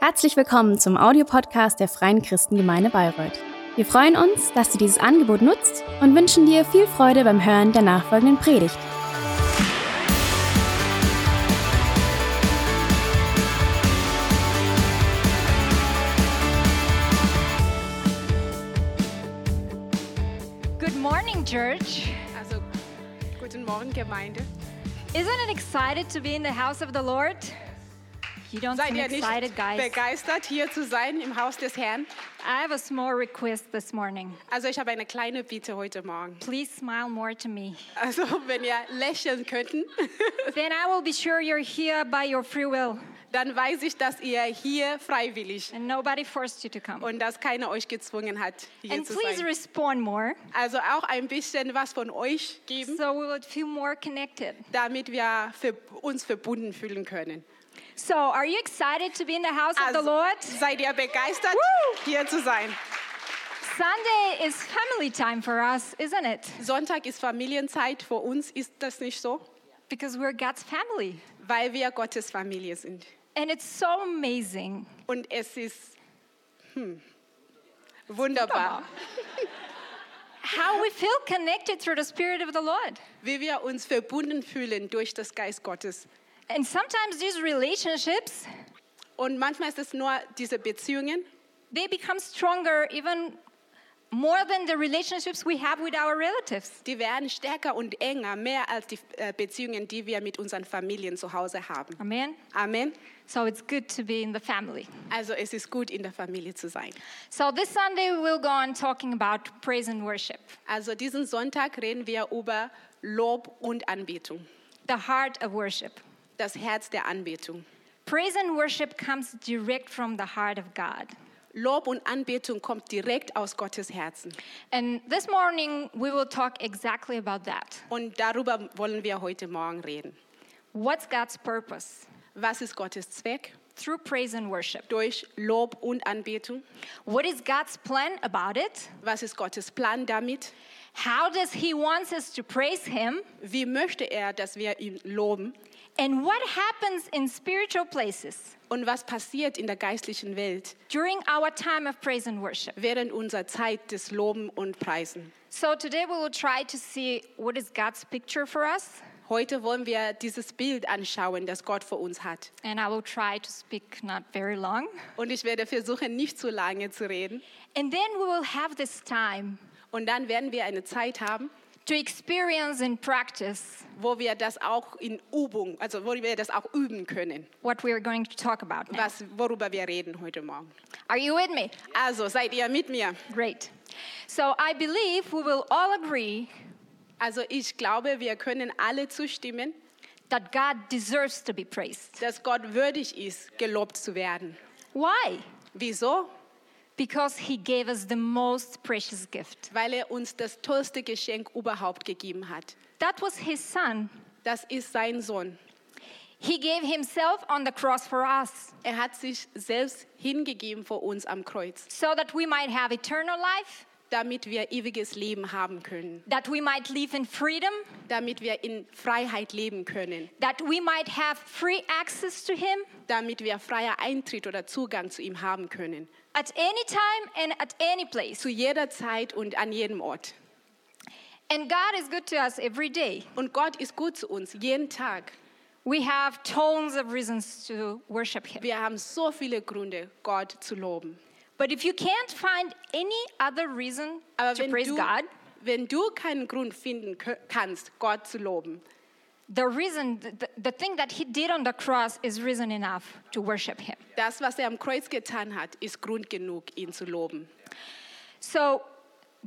Herzlich willkommen zum Audiopodcast der Freien Christengemeinde Bayreuth. Wir freuen uns, dass du dieses Angebot nutzt und wünschen dir viel Freude beim Hören der nachfolgenden Predigt. Good morning, church. Also, guten Morgen, Gemeinde. Isn't it excited to be in the house of the Lord? You don't Seid seem ihr nicht excited, guys. begeistert, hier zu sein im Haus des Herrn? I have a small request this morning. Also, ich habe eine kleine Bitte heute Morgen. Please smile more to me. Also, wenn ihr lächeln könnten, then I will be sure you're here by your free will dann weiß ich, dass ihr hier freiwillig and nobody forced you to come. und dass keiner euch gezwungen hat, hier and zu please sein. respond more Also, auch ein bisschen was von euch geben, so we would feel more connected. damit wir für uns verbunden fühlen können. Also, So, are you excited to be in the house of the Lord? seid ihr begeistert, Woo! hier zu sein? Sunday is family time for us, isn't it? Sonntag ist Familienzeit, für uns ist das nicht so, Because we're God's family. weil wir Gottes Familie sind. And it's so amazing Und es ist hm, wunderbar, how we feel connected through the Spirit of the Lord. wie wir uns verbunden fühlen durch das Geist Gottes. And sometimes these relationships, Und manchmal ist es nur diese Beziehungen, they become stronger even more than the relationships we have with our relatives. die werden stärker und enger, mehr als die äh, Beziehungen, die wir mit unseren Familien zu Hause haben. Amen. Amen. So it's good to be in the family. Also es ist gut, in der Familie zu sein. So this Sunday we'll go on talking about praise and worship, Also diesen Sonntag reden wir über Lob und Anbetung, the heart of worship. das Herz der Anbetung. Praise and worship comes direct from the heart of God. Lob und Anbetung kommt direkt aus Gottes Herzen. And this morning we will talk exactly about that. Und darüber wollen wir heute Morgen reden. What's God's purpose Was ist Gottes Zweck? through praise and worship? durch Lob und Anbetung? What is God's plan about it? Was ist Gottes Plan damit? How does He wants us to praise Him? Wie möchte er, dass wir ihn loben? And what happens in spiritual places Und was passiert in der geistlichen Welt during our time of praise and worship? während unserer Zeit des Loben und Preisen? So today we will try to see what is God's picture for us, Heute wollen wir dieses Bild anschauen, das Gott für uns hat. and I will try to speak not very long. Und ich werde versuchen, nicht zu lange zu reden. And then we will have this time Und dann werden wir eine Zeit haben, to experience and practice wo wir das auch in Übung, also wo wir das auch üben können, what we are going to talk about. Now. was, worüber wir reden heute Morgen. Are you with me? Also seid ihr mit mir? Great. So I believe we will all agree Also ich glaube, wir können alle zustimmen, that God deserves to be praised. dass Gott würdig ist, gelobt zu werden. Why? Wieso? Because he gave us the most precious gift. Weil er uns das tollste Geschenk überhaupt gegeben hat. That was his son. Das ist sein Sohn. He gave himself on the cross for us Er hat sich selbst hingegeben vor uns am Kreuz, so that we might have eternal life, damit wir ewiges Leben haben können, that we might live in freedom, damit wir in Freiheit leben können, that we might have free access to him damit wir freier Eintritt oder Zugang zu ihm haben können. at any time and at any place. Zu jeder Zeit und an jedem Ort. And God is good to us every day. Und Gott ist gut zu uns, jeden Tag. We have tons of reasons to worship him. Wir haben so viele Gründe, Gott zu loben. But if you can't find any other reason Aber to wenn praise du, God, wenn du keinen Grund finden kö- kannst, Gott zu loben, the reason, the, the thing that he did on the cross is reason enough to worship him. das, was er am Kreuz getan hat, ist Grund genug, ihn zu loben. So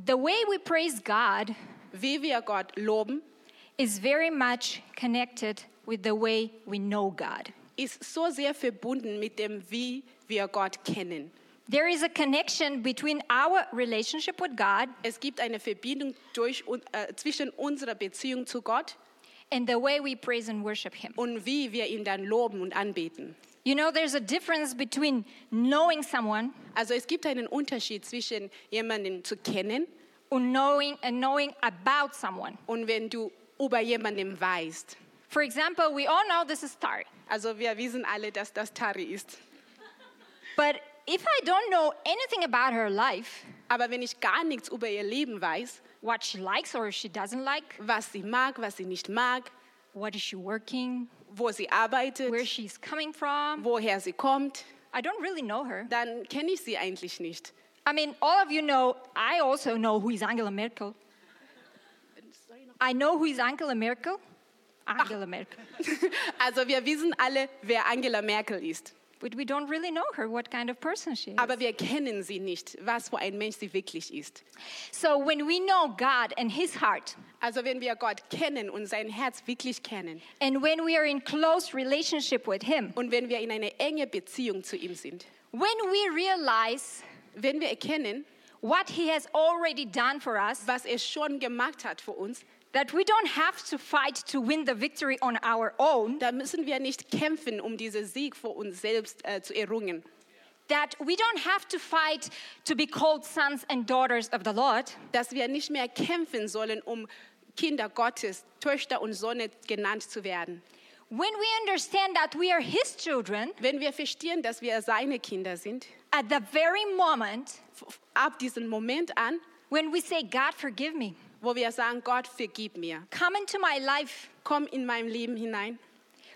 the way we praise God Wie wir Gott loben, is very much connected with the way we know God. ist so sehr verbunden mit dem, wie wir Gott kennen. There is a connection between our relationship with God Es gibt eine Verbindung durch, un- äh, zwischen unserer Beziehung zu Gott and the way we praise and worship Him. und wie wir ihn dann loben und anbeten. You know, there's a difference between knowing someone Also es gibt einen Unterschied zwischen jemanden zu kennen and knowing and knowing about someone. und wenn du über jemanden weißt. For example, we all know this is Tari. Also wir wissen alle, dass das Tari ist. But if I don't know anything about her life, Aber wenn ich gar nichts über ihr Leben weiß, what she likes or she doesn't like, was sie mag, was sie nicht mag, what is she working, wo sie where arbeitet, she's coming from, woher sie kommt, I don't really know her. dann kenne ich sie eigentlich nicht. I mean, all of you know, I also know who is Angela Merkel. I know who is Angela Merkel. Angela Merkel. Also wir wissen alle, wer Angela Merkel ist, But we don't really know her, what kind of person she is. aber wir kennen sie nicht, was für ein Mensch sie wirklich ist. So when we know God and His heart, Also wenn wir Gott kennen und sein Herz wirklich kennen and when we are in close relationship with Him, und wenn wir in eine enge Beziehung zu ihm sind, when we realize wenn wir erkennen, what He has already done for us, was er schon gemacht hat für uns, that we don't have to fight to win the victory on our own, da müssen wir nicht kämpfen, um diesen Sieg für uns selbst äh, zu errungen. that we don't have to fight to be called sons and daughters of the Lord, Dass wir nicht mehr kämpfen sollen, um Kinder Gottes, Töchter und Söhne genannt zu werden. when we understand that we are His children, Wenn wir verstehen, dass wir seine Kinder sind, at the very moment f- ab diesem Moment an, when we say, God, forgive me, wo wir sagen, Gott, vergib mir, come into my life, komm in mein Leben hinein.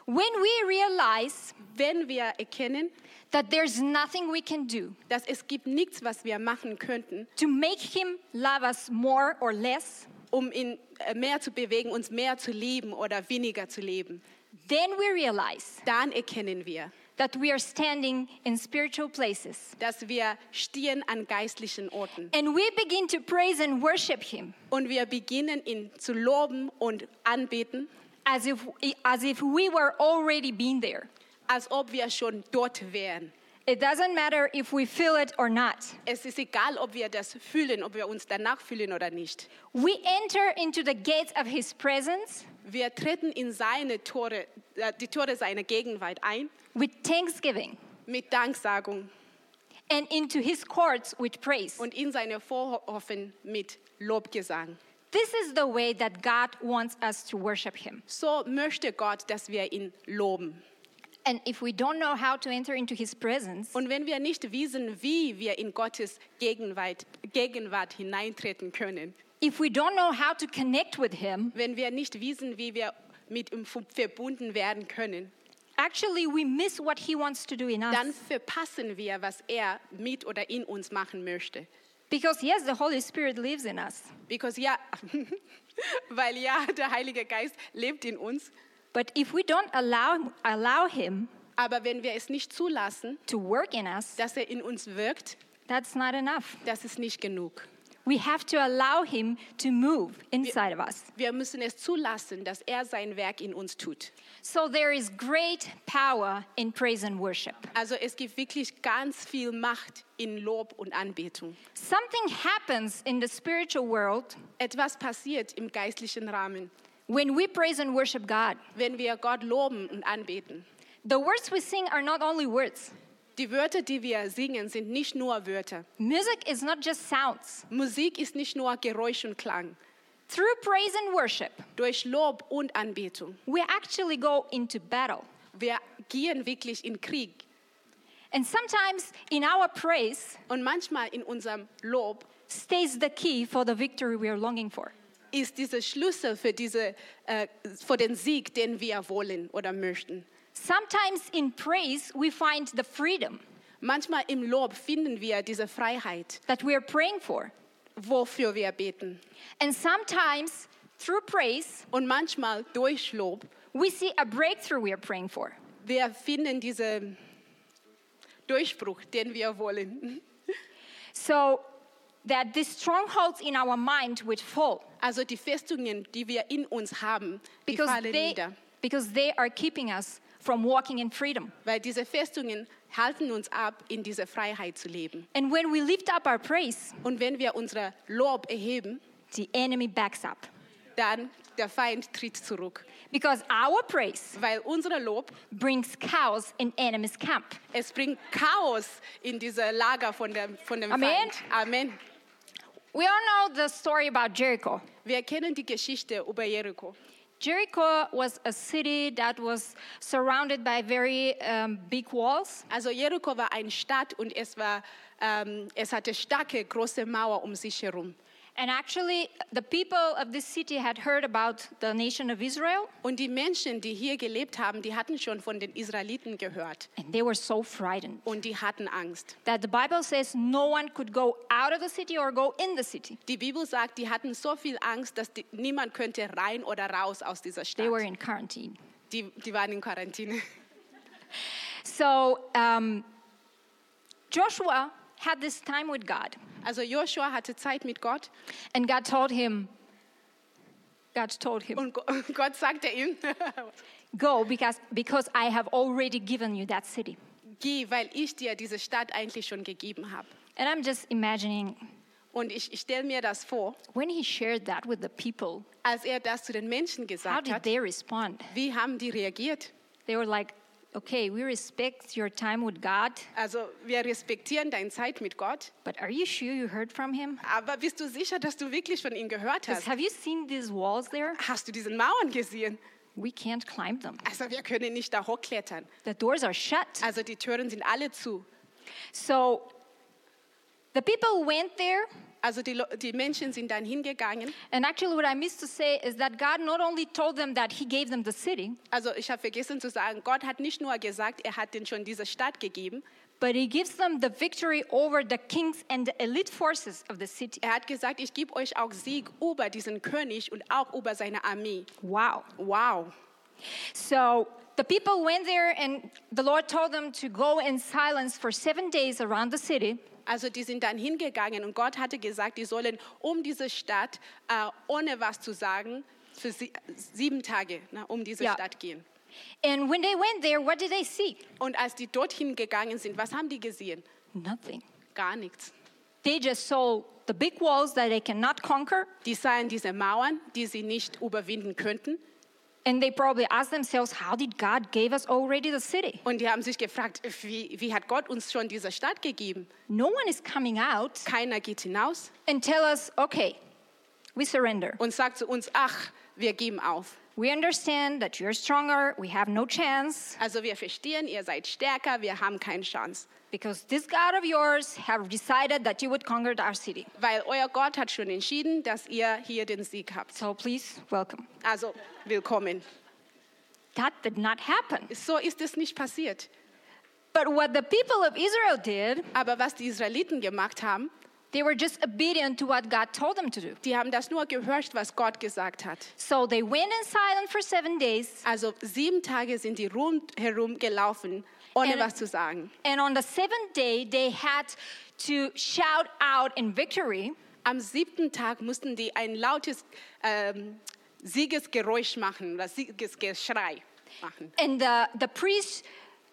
when we realize Wenn wir erkennen, that there's nothing we can do dass es gibt nichts, was wir machen könnten, to make Him love us more or less, um ihn äh, mehr zu bewegen, uns mehr zu lieben oder weniger zu leben, then we realize dann erkennen wir, that we are standing in spiritual places dass wir stehen an geistlichen Orten and we begin to praise and worship Him. und wir beginnen ihn zu loben und anbeten, as if, as if we were already been there. als ob wir schon dort wären. It doesn't matter if we feel it or not. Es ist egal, ob wir das fühlen, ob wir uns danach fühlen oder nicht. We enter into the gates of His presence Wir treten in seine Tore, äh, die Tore seiner Gegenwart ein with thanksgiving mit Danksagung and into His courts with praise. und in seine Vorhofen mit Lobgesang. This is the way that God wants us to worship Him. So möchte Gott, dass wir ihn loben. And if we don't know how to enter into His presence, Und wenn wir nicht wissen, wie wir in Gottes Gegenwart, Gegenwart hineintreten können, if we don't know how to connect with Him, wenn wir nicht wissen, wie wir mit ihm fu- verbunden werden können, actually we miss what He wants to do in us. dann verpassen wir, was er mit oder in uns machen möchte. Because, yes, the Holy Spirit lives in us, Because ja, weil ja, der Heilige Geist lebt in uns, but if we don't allow, allow Him aber wenn wir es nicht zulassen, to work in us, dass er in uns wirkt, That's not enough. das ist nicht genug. We have to allow Him to move inside of us. Wir müssen es zulassen, dass er sein Werk in uns tut. So there is great power in praise and worship. Also es gibt wirklich ganz viel Macht in Lob und Anbetung. Something happens in the spiritual world Etwas passiert im geistlichen Rahmen, when we praise and worship God. wenn wir Gott loben und anbeten. The words we sing are not only words, Die Wörter, die wir singen, sind nicht nur Wörter. music is not just sounds. Musik ist nicht nur Geräusch und Klang. Through praise and worship, Durch Lob und Anbetung. we actually go into battle. Wir gehen wirklich in Krieg. And sometimes in our praise Und manchmal in unserem Lob stays the key for the victory we are longing for. ist dieser Schlüssel für, diese, äh, für den Sieg, den wir wollen oder möchten. Sometimes in praise, we find the freedom Manchmal im Lob finden wir diese Freiheit, that we are praying for. wofür wir beten. And sometimes through praise, Und manchmal durch Lob, we see a breakthrough we are praying for. wir finden diesen Durchbruch, den wir wollen. So that these strongholds in our mind would fall Also die Festungen, die wir in uns haben, die because fallen they, nieder. because they are keeping us from walking in freedom. Weil diese Festungen halten uns ab, in dieser Freiheit zu leben. And when we lift up our praise, Und wenn wir unser Lob erheben, the enemy backs up dann der Feind tritt zurück. because our praise Weil unser Lob, brings chaos in enemy's camp. es bringt Chaos in diese Lager von dem, von dem Amen. Feind. Amen. We all know the story about Jericho. Wir kennen die Geschichte über Jericho. Jericho was a city that was surrounded by very um, big walls. Also Jericho war eine Stadt und es, war, ähm, es hatte starke, große Mauer um sich herum. And actually, the people of this city had heard about the nation of Israel, Und die Menschen, die hier gelebt haben, die hatten schon von den Israeliten gehört and they were so frightened und die hatten Angst. that the Bible says no one could go out of the city or go in the city. Die Bibel sagt, die hatten so viel Angst, dass die, niemand könnte rein oder raus aus dieser They were Stadt. in quarantine. Die, die waren in Quarantäne. So um, Joshua had this time with God, Also Joshua hatte Zeit mit Gott and God told him, God told him, und Go- Gott sagte ihm, go because, because I have already given you that city. geh, weil ich dir diese Stadt eigentlich schon gegeben habe. And I'm just imagining Und ich, ich stelle mir das vor, when he shared that with the people, als er das zu den Menschen how gesagt did hat, they respond? wie haben die reagiert? They were like, okay, we respect your time with God, Also wir respektieren deine Zeit mit Gott, but are you sure you heard from him? aber bist du sicher, dass du wirklich von ihm gehört 'Cause hast? Have you seen these walls there? Hast du diesen Mauern gesehen? We can't climb them. Also wir können nicht da hochklettern. The doors are shut. Also die Türen sind alle zu. So the people went there, Also die, Lo- die Menschen sind dann hingegangen. and actually, what I missed to say is that God not only told them that He gave them the city, Also ich habe vergessen zu sagen, Gott hat nicht nur gesagt, er hat denen schon diese Stadt gegeben. but He gives them the victory over the kings and the elite forces of the city. Er hat gesagt, ich gebe euch auch Sieg über diesen König und auch über seine Armee. Wow. Wow. So the people went there, and the Lord told them to go in silence for seven days around the city. Also die sind dann hingegangen und Gott hatte gesagt, die sollen um diese Stadt, äh, ohne was zu sagen, für sie, sieben Tage ne, um diese Ja. Stadt gehen. And when they went there, what did they see? Und als die dorthin gegangen sind, was haben die gesehen? Nothing. Gar nichts. They just saw the big walls that they cannot conquer, Die sahen diese Mauern, die sie nicht überwinden könnten. and they probably asked themselves, "How did God gave us already the city?" Und die haben sich gefragt, wie, wie hat Gott uns schon diese Stadt gegeben? No one is coming out Keiner geht hinaus and tell us, okay, we surrender. und sagt zu uns, ach, wir geben auf. We understand that you're stronger, we have no chance, Also wir verstehen, ihr seid stärker, wir haben keine Chance. because this God of yours have decided that you would conquer our city. Weil euer Gott hat schon entschieden, dass ihr hier den Sieg habt. So please welcome. Also willkommen. That did not happen. So ist es nicht passiert. But what the people of Israel did, Aber was die Israeliten gemacht haben, they were just obedient to what God told them to do. die haben das nur gehört, was Gott gesagt hat. So they went in silence for seven days, Also sieben Tage sind die rundherum gelaufen, ohne And- was zu sagen. and on the seventh day, they had to shout out in victory. Am siebten Tag mussten die ein lautes ähm, Siegesgeräusch machen oder Siegesgeschrei machen. And the, the priests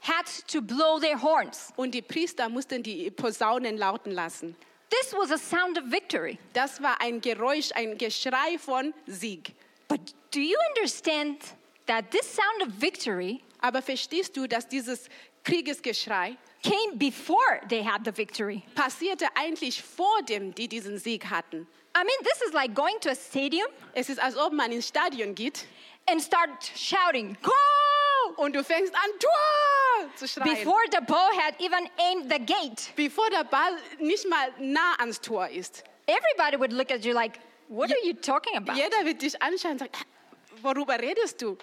had to blow their horns. Und die Priester mussten die Posaunen lauten lassen. This was a sound of victory. Das war ein Geräusch, ein Geschrei von Sieg. But do you understand that this sound of victory Aber verstehst du, dass dieses Kriegesgeschrei came before they had the victory? passierte eigentlich vor dem, die diesen Sieg hatten? I mean, this is like going to a stadium Es ist, als ob man ins Stadion geht and start shouting, Goal! und du fängst an, Tor zu schreien, Before the ball had even aimed the gate, bevor der Ball nicht mal nah ans Tor ist. everybody would look at you like, What are you talking about? Jeder wird dich anschauen und sagen, "Äh, worüber redest du?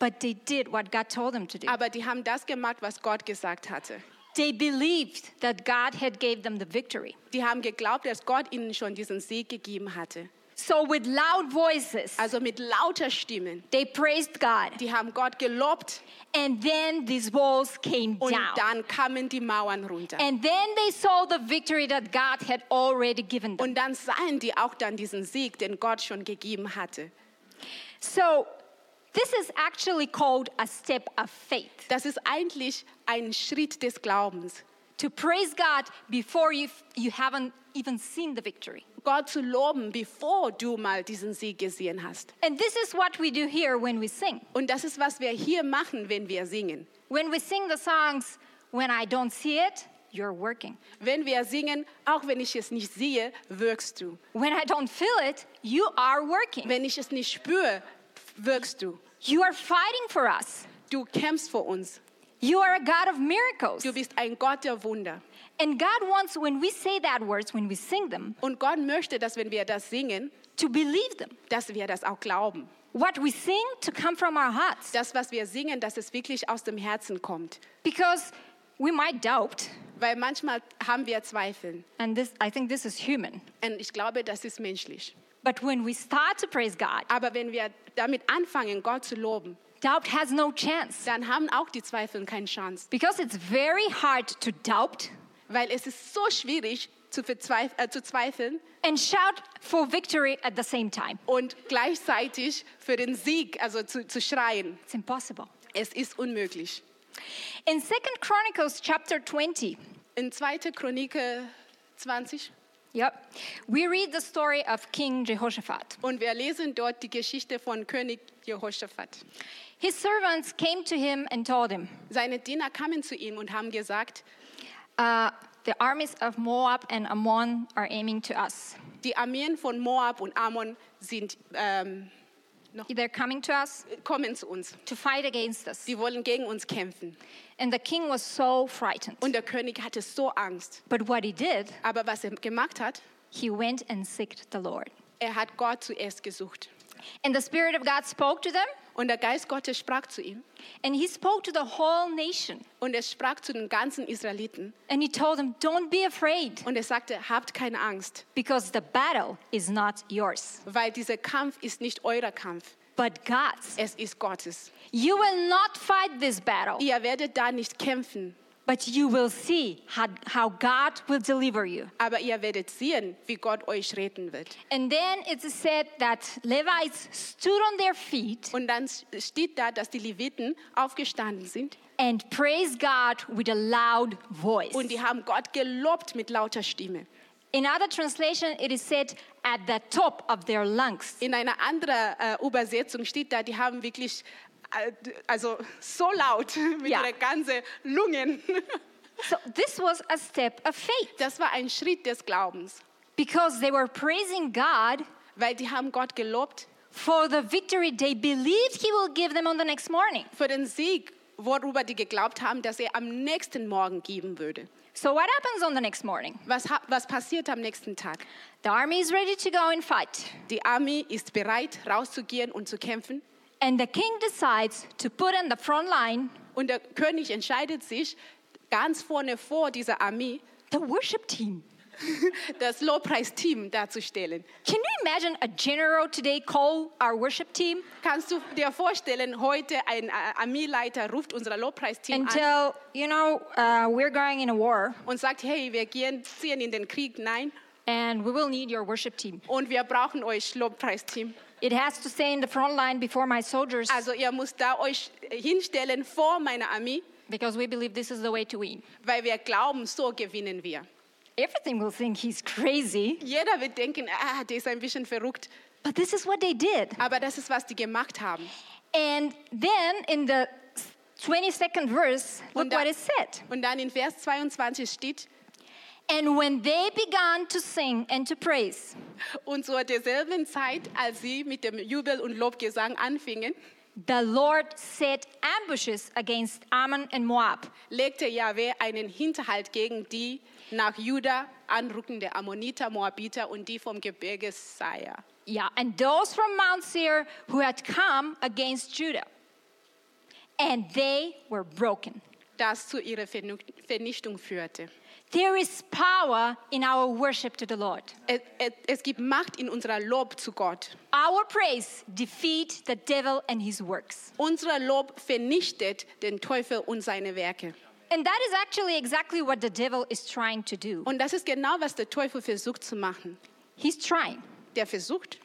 But they did what God told them to do. Aber die haben das gemacht, was Gott gesagt hatte. They believed that God had gave them the victory. Die haben geglaubt, dass Gott ihnen schon diesen Sieg gegeben hatte. So with loud voices, Also mit lauter Stimmen. they praised God. Die haben Gott gelobt And then these walls came und down. dann kamen die Mauern runter. And then they saw the victory that God had already given them. Und dann sahen die auch dann diesen Sieg, den Gott schon gegeben hatte. So this is actually called a step of faith Das ist eigentlich ein Schritt des Glaubens. to praise God before you, you haven't even seen the victory. Gott zu loben, bevor du mal diesen Sieg gesehen hast. And this is what we do here when we sing. Und das ist, was wir hier machen, wenn wir singen. When we sing the songs, when I don't see it, you're working. Wenn wir singen, auch wenn ich es nicht sehe, wirkst du. When I don't feel it, you are working. Wenn ich es nicht spüre, wirkst du. You are fighting for us. Du kämpfst für uns. You are a God of miracles. Du bist ein Gott der Wunder. And God wants, when we say that words, when we sing them, Und Gott möchte, dass wenn wir das singen, to believe them. dass wir das auch glauben. What we sing to come from our hearts. Das, was wir singen, dass es wirklich aus dem Herzen kommt. Because we might doubt, Weil manchmal haben wir Zweifel. and this, I think this is human. Und ich glaube, das ist menschlich. But when we start to praise God, Aber wenn wir damit anfangen, Gott zu loben, doubt has no chance. dann haben auch die Zweifel keine Chance. Because it's very hard to doubt Weil es ist so schwierig zu, verzweif- äh, zu zweifeln and shout for victory at the same time. und gleichzeitig für den Sieg, also zu, zu schreien. It's impossible. Es ist unmöglich. In Second Chronicles chapter 20, In 2. Chronike 20 yep, we read the story of King Jehoshaphat. und wir lesen dort die Geschichte von König Jehoshaphat. His servants came to him and told him, Seine Diener kamen zu ihm und haben gesagt, uh, The armies of Moab and Ammon are aiming to us. die Armeen von Moab und Ammon sind, ähm, They're coming to us kommen zu uns. to fight against us. Sie wollen gegen uns kämpfen. And the king was so frightened. Und der König hatte so Angst. But what he did, Aber was er gemacht hat, he went and seeked the Lord. er hat Gott zuerst gesucht. And the Spirit of God spoke to them, Und der Geist Gottes sprach zu ihm. and he spoke to the whole nation. Und er sprach zu den ganzen Israeliten. And he told them, Don't be afraid, Und er sagte, habt keine Angst, because the battle is not yours, weil dieser Kampf ist nicht euer Kampf. but God's. Es ist Gottes. You will not fight this battle, Ihr werdet da nicht kämpfen, but you will see how, how God will deliver you. aber ihr werdet sehen, wie Gott euch retten wird. And then it is said that Levites stood on their feet Und dann steht da, dass die Leviten aufgestanden sind and praised God with a loud voice. und die haben Gott gelobt mit lauter Stimme. In other translation, it is said at the top of their lungs. In einer anderen äh, Übersetzung steht da, die haben wirklich, äh, also so laut mit Ja. ihrer ganzen Lungen. So this was a step of faith Das war ein Schritt des Glaubens, because they were praising God weil die haben Gott gelobt for the victory they believed He will give them on the next morning. für den Sieg, worüber die geglaubt haben, dass er am nächsten Morgen geben würde. So what happens on the next morning? Was, ha- was passiert am nächsten Tag? The army is ready to go and fight, Die Armee ist bereit, rauszugehen und zu kämpfen. and the king decides to put on the front line Und der König entscheidet sich, ganz vorne vor dieser Armee the worship team. das Lobpreisteam darzustellen. Can you imagine a general today call our worship team Kannst du dir vorstellen, heute ein äh, Armeeleiter ruft unser Lobpreisteam and uh, an tell you know uh, we're going in a war und sagt, hey, wir gehen, ziehen in den Krieg, nein, and we will need your worship team. und wir brauchen euch Lobpreisteam. It has to stay in the front line before my soldiers Also ihr müsst da euch hinstellen vor meiner Armee, because we believe this is the way to win. weil wir glauben, so gewinnen wir. Everything will think he's crazy, Jeder wird denken, ah, der ist ein bisschen verrückt, but this is what they did. aber das ist, was die gemacht haben. And then in the 22nd verse, look Und da- what it said. Und dann in Vers 22 steht, And when they began to sing and to praise, und zu derselben Zeit, als sie mit dem Jubel und Lobgesang anfingen, the Lord set ambushes against Ammon and Moab. legte Jahwe einen Hinterhalt gegen die nach Juda anrückende Ammoniter, Moabiter und die vom Gebirge Seir. Yeah, and those from Mount Seir who had come against Judah. And they were broken. das zu ihrer Vernu- Vernichtung führte. There is power in our worship to the Lord. Es, es, es gibt Macht in unserer Lob zu Gott. Our praise defeat the devil and his works. Unser Lob vernichtet den Teufel und seine Werke. And that is actually exactly what the devil is trying to do. Und das ist genau, was der Teufel versucht zu machen. He's trying. Der versucht,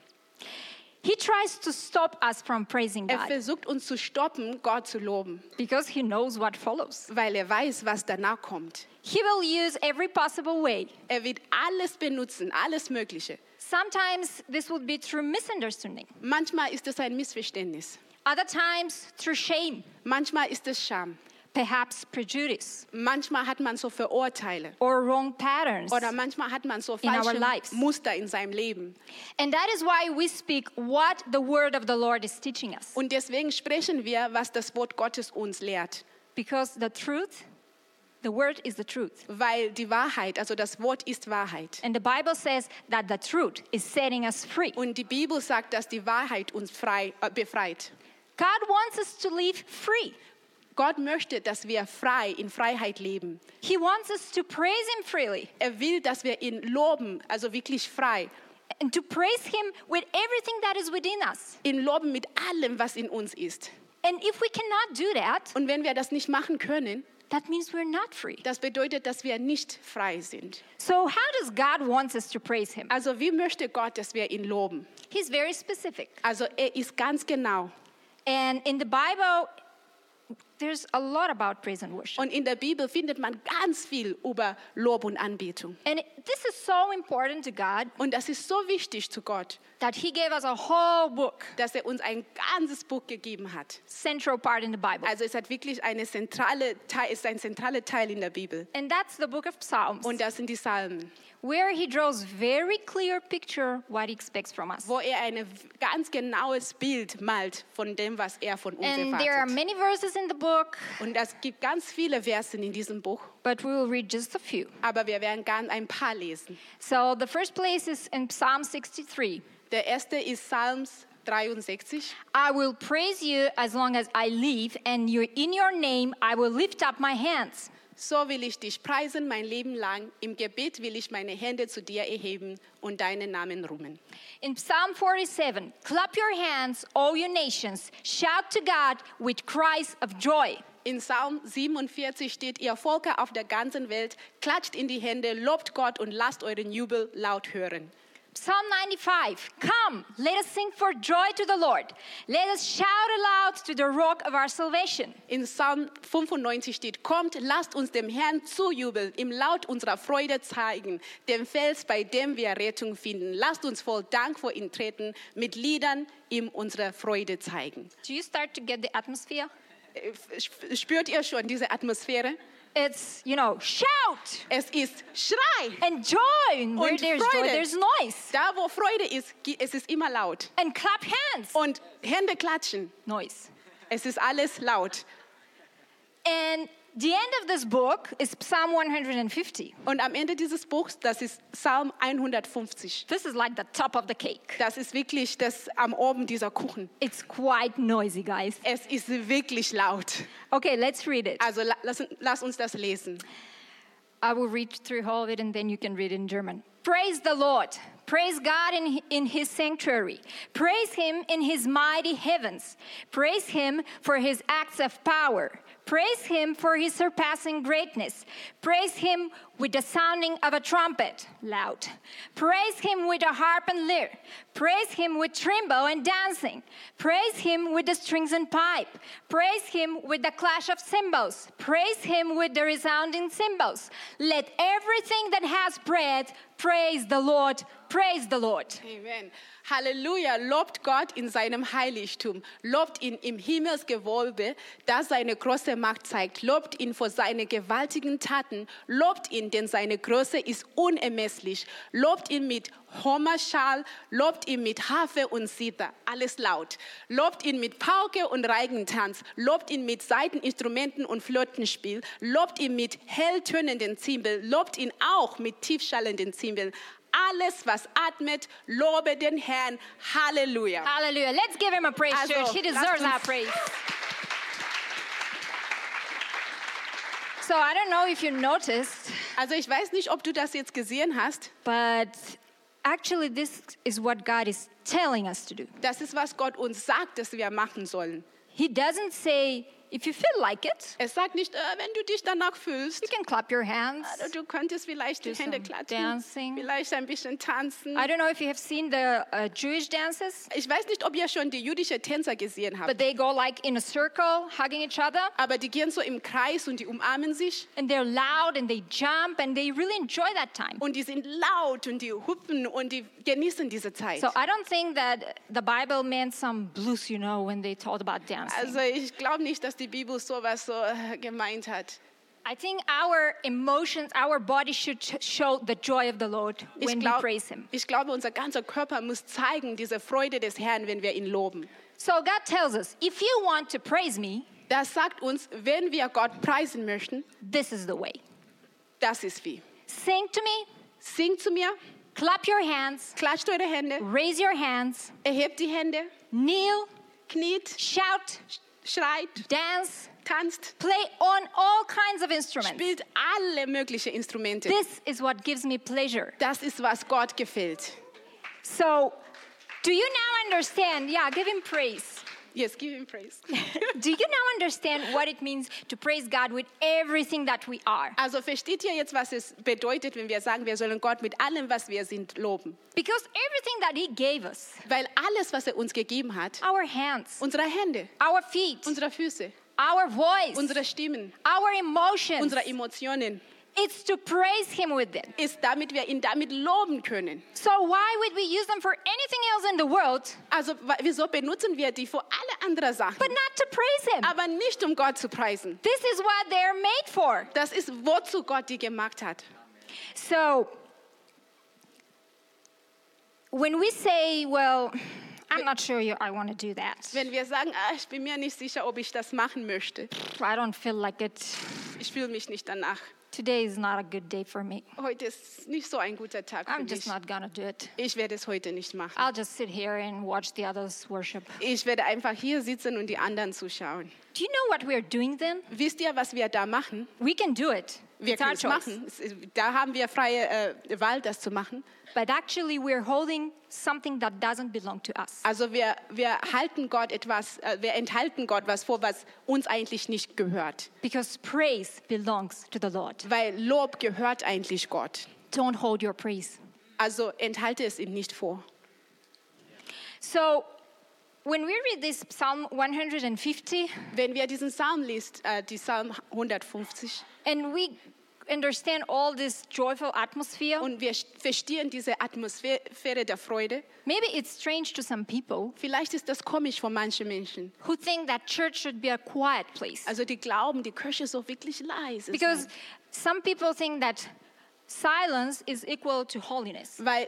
He tries to stop us from praising er God versucht uns zu stoppen, Gott zu loben, because he knows what follows. weil er weiß, was danach kommt. He will use every possible way. Er wird alles benutzen, alles Mögliche. Sometimes this would be through misunderstanding, Manchmal ist es ein Missverständnis. other times through shame. Manchmal ist es Scham. perhaps prejudice Manchmal hat man so Verurteile or wrong patterns. oder manchmal hat man so In our falsche lives. Muster in seinem Leben. And that is why we speak what the word of the Lord is teaching us. Und deswegen sprechen wir, was das Wort Gottes uns lehrt. Because the truth, the word is the truth. Weil die Wahrheit, also das Wort ist Wahrheit. And the Bible says that the truth is setting us free. Und die Bibel sagt, dass die Wahrheit uns frei, äh, befreit. God wants us to live free. Gott möchte, dass wir frei in Freiheit leben. He wants us to praise Him freely Er will, dass wir ihn loben, also wirklich frei. and to praise Him with everything that is within us. Ihn loben mit allem, was in uns ist. And if we cannot do that, Und wenn wir das nicht machen können, that means we're not free. das bedeutet, dass wir nicht frei sind. So, how does God want us to praise Him? Also wie möchte Gott, dass wir ihn loben? He's very specific. Also er ist ganz genau. And in the Bible, there's a lot about praise and worship. Und in der Bibel findet man ganz viel über Lob und Anbetung. And it- this is so important to God Und das ist so wichtig zu Gott, that He gave us a whole book, dass er uns ein ganzes Buch gegeben hat. central part in the Bible. Also es hat wirklich eine zentrale Teil, ist ein zentraler Teil in der Bibel. And that's the book of Psalms, Und das sind die Psalmen, where He draws very clear picture what He expects from us. wo er ein ganz genaues Bild malt von dem, was er von uns And there are erwartet. many verses in the book, Und es gibt ganz viele Versen in diesem Buch, but we will read just a few. aber wir werden gern ein paar lesen. So the first place is in Psalm 63. Der erste ist Psalms 63. I will praise you as long as I live, and you, in your name I will lift up my hands. So will ich dich preisen mein Leben lang. Im Gebet will ich meine Hände zu dir erheben und deinen Namen rühmen. In Psalm 47, clap your hands, all you nations, shout to God with cries of joy. In Psalm 47 steht, ihr Volker auf der ganzen Welt, klatscht in die Hände, lobt Gott und lasst euren Jubel laut hören. Psalm 95, come, let us sing for joy to the Lord. Let us shout aloud to the rock of our salvation. In Psalm 95 steht, kommt, lasst uns dem Herrn zujubeln, im Laut unserer Freude zeigen, dem Fels, bei dem wir Rettung finden. Lasst uns voll Dank vor ihn treten, mit Liedern ihm unsere Freude zeigen. Do you start to get the atmosphere? Äh, sp- Spürt ihr schon diese Atmosphäre? It's, you know, shout Es ist Schrei. and joy. And where Und there's joy, Freude. there's noise. Da, wo Freude ist, gi- es ist immer laut. And clap hands, Und Hände klatschen. noise. Es ist alles laut. And the end of this book is Psalm 150. Und am Ende dieses Buchs, das ist Psalm 150. This is like the top of the cake. Das ist wirklich das am oben dieser Kuchen. It's quite noisy, guys. Es ist wirklich laut. Okay, let's read it. Also la- lass, lass uns das lesen. I will read through all of it and then you can read it in German. Praise the Lord. Praise God in, in his sanctuary. Praise him in his mighty heavens. Praise him for his acts of power. Praise him for his surpassing greatness. Praise him with the sounding of a trumpet, loud. Praise him with a harp and lyre. Praise him with trimbo and dancing. Praise him with the strings and pipe. Praise him with the clash of cymbals. Praise him with the resounding cymbals. Let everything that has breath praise the Lord. Praise the Lord. Amen. Halleluja. Lobt Gott in seinem Heiligtum. Lobt ihn im Himmelsgewölbe, das seine große Macht zeigt. Lobt ihn vor seine gewaltigen Taten. Lobt ihn, denn seine Größe ist unermesslich. Lobt ihn mit Hommerschall. Lobt ihn mit Harfe und Zither. Alles laut. Lobt ihn mit Pauke und Reigentanz. Lobt ihn mit Saiteninstrumenten und Flötenspiel. Lobt ihn mit helltönenden Zimbeln. Lobt ihn auch mit tiefschallenden Zimbeln. Alles, was atmet, lobe den Herrn. Halleluja. Hallelujah. Let's give him a praise, Also, church. He lasst deserves our uns- praise. So I don't know if you noticed, Also ich weiß nicht, ob du das jetzt gesehen hast. but actually, this is what God is telling us to do. Das ist, was Gott uns sagt, dass wir machen sollen. He doesn't say, if you feel like it, Es sagt nicht, äh, wenn du dich danach fühlst. you can clap your hands. Also du könntest vielleicht die Do Hände some klatschen, dancing. vielleicht ein bisschen tanzen. I don't know if you have seen the uh, Jewish dances, Ich weiß nicht, ob ihr schon die jüdische Tänzer gesehen habt, but they go like in a circle, hugging each other, aber die gehen so im Kreis und die umarmen sich and they're loud and they jump and they really enjoy that time. und die sind laut und die hüpfen und die genießen diese Zeit. So I don't think that the Bible meant some blues, you know, when they talked about dancing. also ich glaube nicht, dass die die Bibel sowas so äh, gemeint hat. I think our emotions, our body should sh- show the joy of the Lord Ich, when we glaub- praise Him. ich glaube, unser ganzer Körper muss zeigen diese Freude des Herrn, wenn wir ihn loben. So God tells us if you want to praise me, Das sagt uns, wenn wir Gott preisen möchten, this is the way. das ist wie. Sing to me, Singt zu mir, clap your hands, klatscht eure Hände, raise your hands, erhebt die Hände, kneel, kniet, shout, schreit, dance, tanzt, play on all kinds of instruments. spielt alle möglichen Instrumente. This is what gives me pleasure. Das ist, was Gott gefällt. So, do you now understand? Yeah, give Him praise. Yes, give him praise. Do you now understand what it means to praise God with everything that we are? Also versteht ihr jetzt, was es bedeutet, wenn wir sagen, wir sollen Gott mit allem, was wir sind, loben? Because everything that He gave us Weil alles, was er uns gegeben hat, our hands, unsere Hände, our feet, unsere Füße, our voice, unsere Stimmen, our emotions, unsere Emotionen, it's to praise Him with them. ist, damit wir ihn damit loben können. So, why would we use them for anything else in the world Also wa- wieso benutzen wir die für alle anderen Sachen, but not to praise Him? aber nicht um Gott zu preisen? This is what they're made for. Das ist, wozu Gott die gemacht hat. So, when we say, well, I'm not sure you, I want to do that. Wenn wir sagen, ah, ich bin mir nicht sicher, ob ich das machen möchte, I don't feel like it. ich fühle mich nicht danach. Today is not a good day for me. Heute ist nicht so ein guter Tag für I'm just mich. not going to do it. Ich werde es heute nicht machen. I'll just sit here and watch the others worship. Ich werde einfach hier sitzen und die anderen zuschauen. Do you know what we're doing then? Wisst ihr, was wir da machen? We can do it. Wir it's our können es choice. machen. Es ist- Da haben wir freie äh, Wahl, das zu machen. But actually, we're holding something that doesn't belong to us. Also wir, wir halten Gott etwas, äh, wir enthalten Gott was vor, was uns eigentlich nicht gehört. Because praise belongs to the Lord. Weil Lob gehört eigentlich Gott. Don't hold your praise. Also enthalte es ihm nicht vor. So, when we read this Psalm 150 Wenn wir diesen Psalm liest, äh, die Psalm 150, and we understand all this joyful atmosphere, und wir st- verstehen diese Atmosphäre der Freude, maybe it's strange to some people vielleicht ist das komisch für manche Menschen. who think that church should be a quiet place. Also die glauben, die Kirche ist so wirklich leise. Because sein. some people think that silence is equal to holiness. weil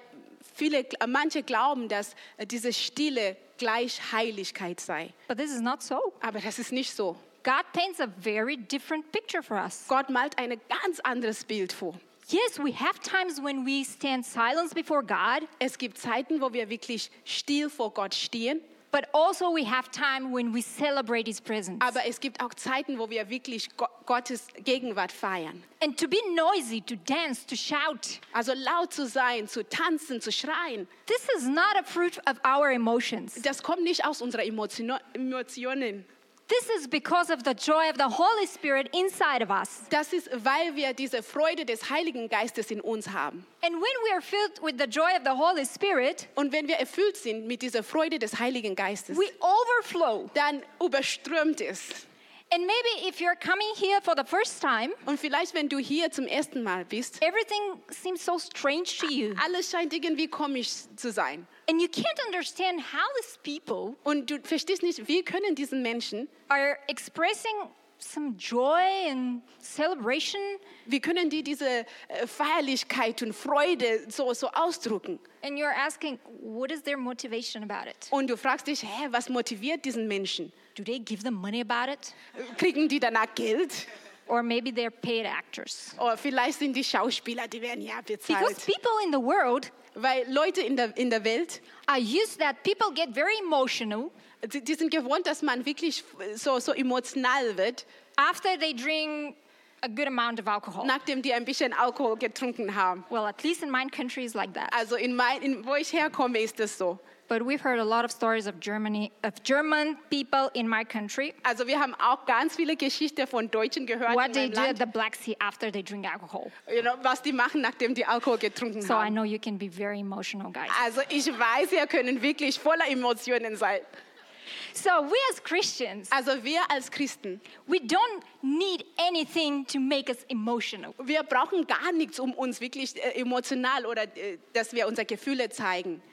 viele, gl- äh, manche glauben, dass äh, diese Stille gleich Heiligkeit sei. But this is not so. Aber das ist nicht so. God paints a very different picture for us. Gott malt ein ganz anderes Bild vor. Yes, we have times when we stand silence before God, Es gibt Zeiten, wo wir wirklich still vor Gott stehen, but also we have time when we celebrate his presence. aber es gibt auch Zeiten, wo wir wirklich Go Gottes Gegenwart feiern. And to be noisy, to dance, to shout, Also laut zu sein, zu tanzen, zu schreien, this is not a fruit of our emotions. das kommt nicht aus unseren Emotio Emotionen. This is because of the joy of the Holy Spirit inside of us. Das ist, weil wir diese Freude des Heiligen Geistes in uns haben. And when we are filled with the joy of the Holy Spirit, Und wenn wir erfüllt sind mit dieser Freude des Heiligen Geistes, we overflow. dann überströmt es. And maybe if you're coming here for the first time, Und vielleicht, wenn du hier zum ersten Mal bist, everything seems so strange to you. alles scheint irgendwie komisch zu sein. And you can't understand how these people Und du verstehst nicht, wie können diesen Menschen, are expressing some joy and celebration, wie können die diese äh, Feierlichkeit und Freude so, so ausdrücken? and you're asking, what is their motivation about it? Und du fragst dich, hä, was motiviert diesen Menschen? Do they give them money about it? Kriegen die danach Geld? Or maybe they're paid actors. Oder vielleicht sind die Schauspieler, die werden ja Because bezahlt. people in the world Weil Leute in der, in der Welt, are used that people get very emotional die, die sind gewohnt, dass man wirklich so, so emotional wird, after they drink a good amount of alcohol. nachdem die ein bisschen Alkohol getrunken haben. Well, at least in mine country is like that. Also in mein, in, wo ich herkomme, ist es so. But we've heard a lot of stories of Germany, of German people in my country, Also wir haben auch ganz viele Geschichten von Deutschen gehört, what they in meinem do at Land, the Black Sea after they drink alcohol. you know, was die machen, nachdem die Alkohol getrunken So I haben. know you can be very emotional, guys. Also ich weiß, wir können wirklich voller Emotionen sein. So we as Christians, Also wir als Christen, we don't need anything to make us emotional. wir brauchen gar nichts, um uns wirklich äh, emotional oder äh, dass wir unsere Gefühle zeigen.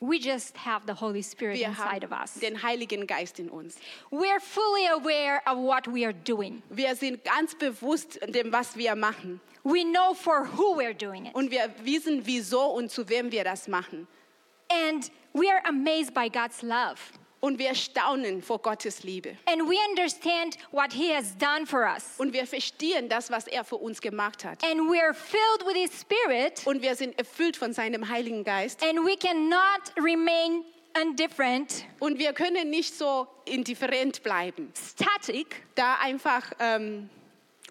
We just have the Holy Spirit Wir inside haben of us. den Heiligen Geist in uns. We're fully aware of what we are doing. Wir sind ganz bewusst dem, was wir machen. We know for who we're doing it. Und wir wissen, wieso und zu wem wir das machen. And we are amazed by God's love. Und wir staunen vor Gottes Liebe. And we understand what He has done for us. Und wir verstehen das, was er für uns gemacht hat. And we are filled with His Spirit. Und wir sind erfüllt von seinem Heiligen Geist. And we cannot remain indifferent, Und wir können nicht so indifferent bleiben. static, Da einfach ähm,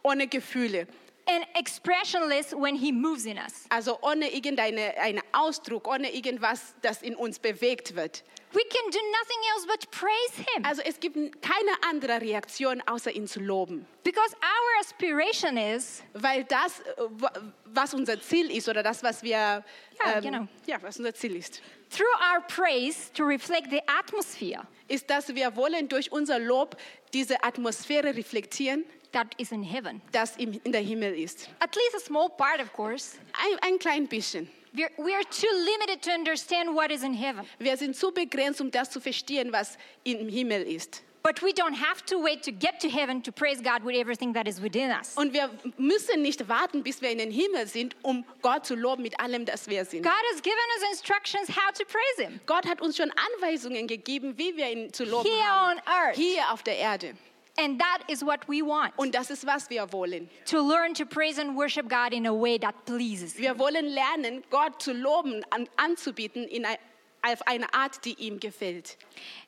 ohne Gefühle. and expressionless when He moves in us. Also ohne irgendeinen Ausdruck, ohne irgendwas, das in uns bewegt wird. We can do nothing else but praise Him. Also es gibt keine andere Reaktion, außer ihn zu loben. Because our aspiration is Weil das, äh, wa- was unser Ziel ist oder das, was wir, ähm, Ja, genau. ja, was unser Ziel ist, through our praise to reflect the atmosphere ist, dass wir wollen durch unser Lob diese Atmosphäre reflektieren, that is in heaven. das im, in der Himmel ist. At least a small part, of course. Ein, ein klein bisschen. We're, we are too limited to understand what is in heaven. Wir sind zu begrenzt, um das zu verstehen, was im Himmel ist. But we don't have to wait to get to heaven to praise God with everything that is within us. Und wir müssen nicht warten, bis wir in den Himmel sind, um Gott zu loben mit allem, das wir sind. God has given us instructions how to praise Him Gott hat uns schon Anweisungen gegeben, wie wir ihn zu loben here haben. on earth. Hier auf der Erde. And that is what we want Und das ist, was wir wollen. to learn to praise and worship God in a way that pleases Him. Wir wollen lernen, Gott zu loben, an, anzubieten in ein, auf eine Art, die ihm gefällt.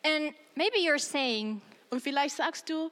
And maybe you're saying, Und vielleicht sagst du,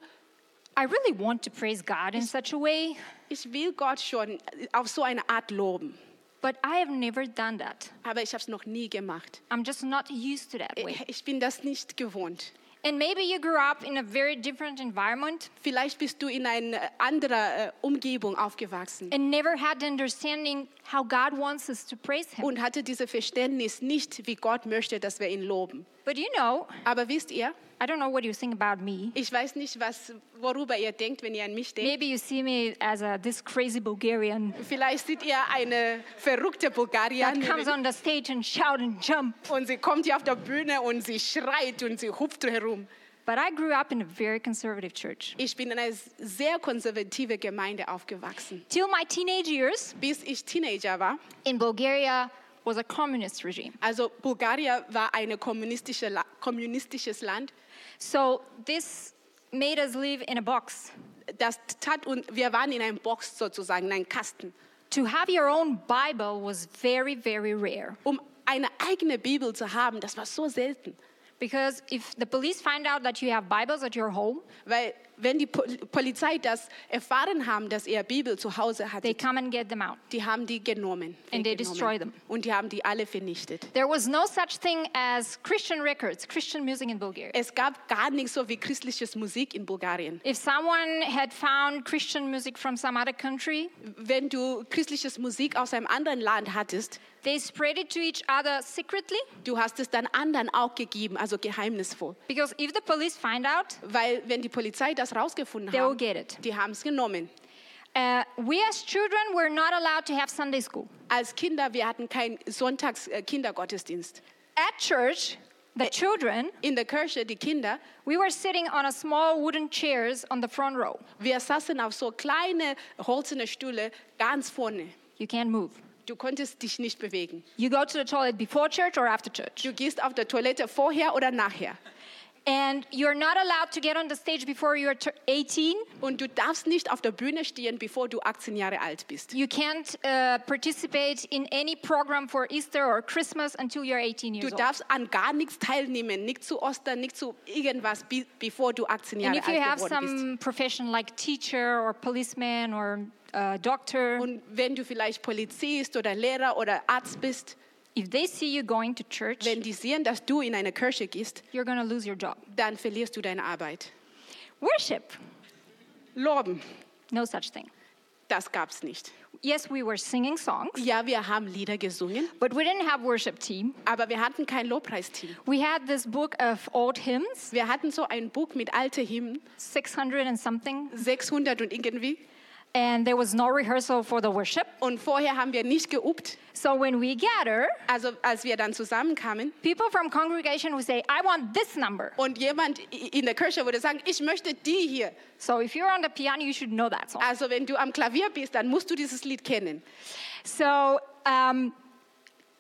I really want to praise God in such a way, ich will Gott schon auf so eine Art loben, but I have never done that. aber ich habe es noch nie gemacht. I'm just not used to that way. Ich bin das nicht gewohnt. And maybe you grew up in a very different environment Vielleicht bist du in einer anderen Umgebung aufgewachsen and never had the understanding how God wants us to praise Him. und hatte dieses Verständnis nicht, wie Gott möchte, dass wir ihn loben. But you know, Aber wisst ihr, I don't know what you think about me. ich weiß nicht, was, worüber ihr denkt, wenn ihr an mich denkt. Maybe you see me as a, this crazy Bulgarian Vielleicht seht ihr eine verrückte that Bulgarierin comes on the stage and shout and jump. Und sie kommt hier auf der Bühne und sie schreit und sie hupft herum. But I grew up in a very conservative church. Ich bin in einer sehr konservative Gemeinde aufgewachsen. Till my teenage years, Bis ich Teenager war, in Bulgaria was a communist regime. also Bulgarien war ein kommunistische, La- kommunistisches Land, So this made us live in a box. das tat und wir waren in einem Box sozusagen, in einem Kasten. To have your own Bible was very, very rare. Um eine eigene Bibel zu haben, das war so selten. Because if the police find out that you have Bibles at your home, Weil wenn die Pol Polizei das erfahren haben, dass er Bibel zu Hause they hatte, come and get them out. die haben die genommen. And they weggenommen. destroy them. Und die haben die alle vernichtet. There was no such thing as Christian records, Christian music in Bulgaria. Es gab gar nicht so wie christliches Musik in Bulgarien. If someone had found Christian music from some other country, Wenn du christliches Musik aus einem anderen Land hattest, they spread it to each other secretly du hast es dann anderen auch gegeben, also geheimnisvoll. because if the police find out, Weil wenn die Polizei das rausgefunden they will hat, get it. die haben es genommen. Uh, we as children were not allowed to have Sunday school. Als Kinder, wir hatten äh, keinen Sonntags-Kindergottesdienst. At church, the children, In der Kirche, die Kinder, we were sitting on a small wooden chairs on the front row. wir saßen auf so kleine holzene Stühle ganz vorne. You can't move. Du konntest dich nicht bewegen. You go to the toilet before church or after church. Du gehst auf der Toilette vorher oder nachher. And you're not allowed to get on the stage before you're tur- 18. Und du darfst nicht auf der Bühne stehen, bevor du 18 Jahre alt bist. You can't uh, participate in any program for Easter or Christmas until you're 18 Du years old. darfst an gar nichts teilnehmen, nicht zu Ostern, nicht zu irgendwas, bi- bevor du 18 And Jahre if you alt have geworden bist. some profession like teacher or policeman or uh, doctor, Und wenn du vielleicht Polizist oder Lehrer oder Arzt bist, if they see you going to church, wenn die sehen, dass du in eine Kirche gehst, you're going to lose your job. dann verlierst du deine Arbeit. Worship, Loben, no such thing. das gab's nicht. Yes, we were singing songs, Ja, wir haben Lieder gesungen, but we didn't have worship team. aber wir hatten kein Lobpreisteam. We had this book of old hymns, Wir hatten so ein Buch mit alten Hymnen, 600 and something, 600 und irgendwie. and there was no rehearsal for the worship. Und vorher haben wir nicht geübt. So when we gather, Also als wir dann zusammenkamen people from congregation would say, I want this number. und jemand i- in der Kirche würde sagen, ich möchte die hier. So if you're on the piano, you should know that song. Also wenn du am Klavier bist, dann musst du dieses Lied kennen. So um,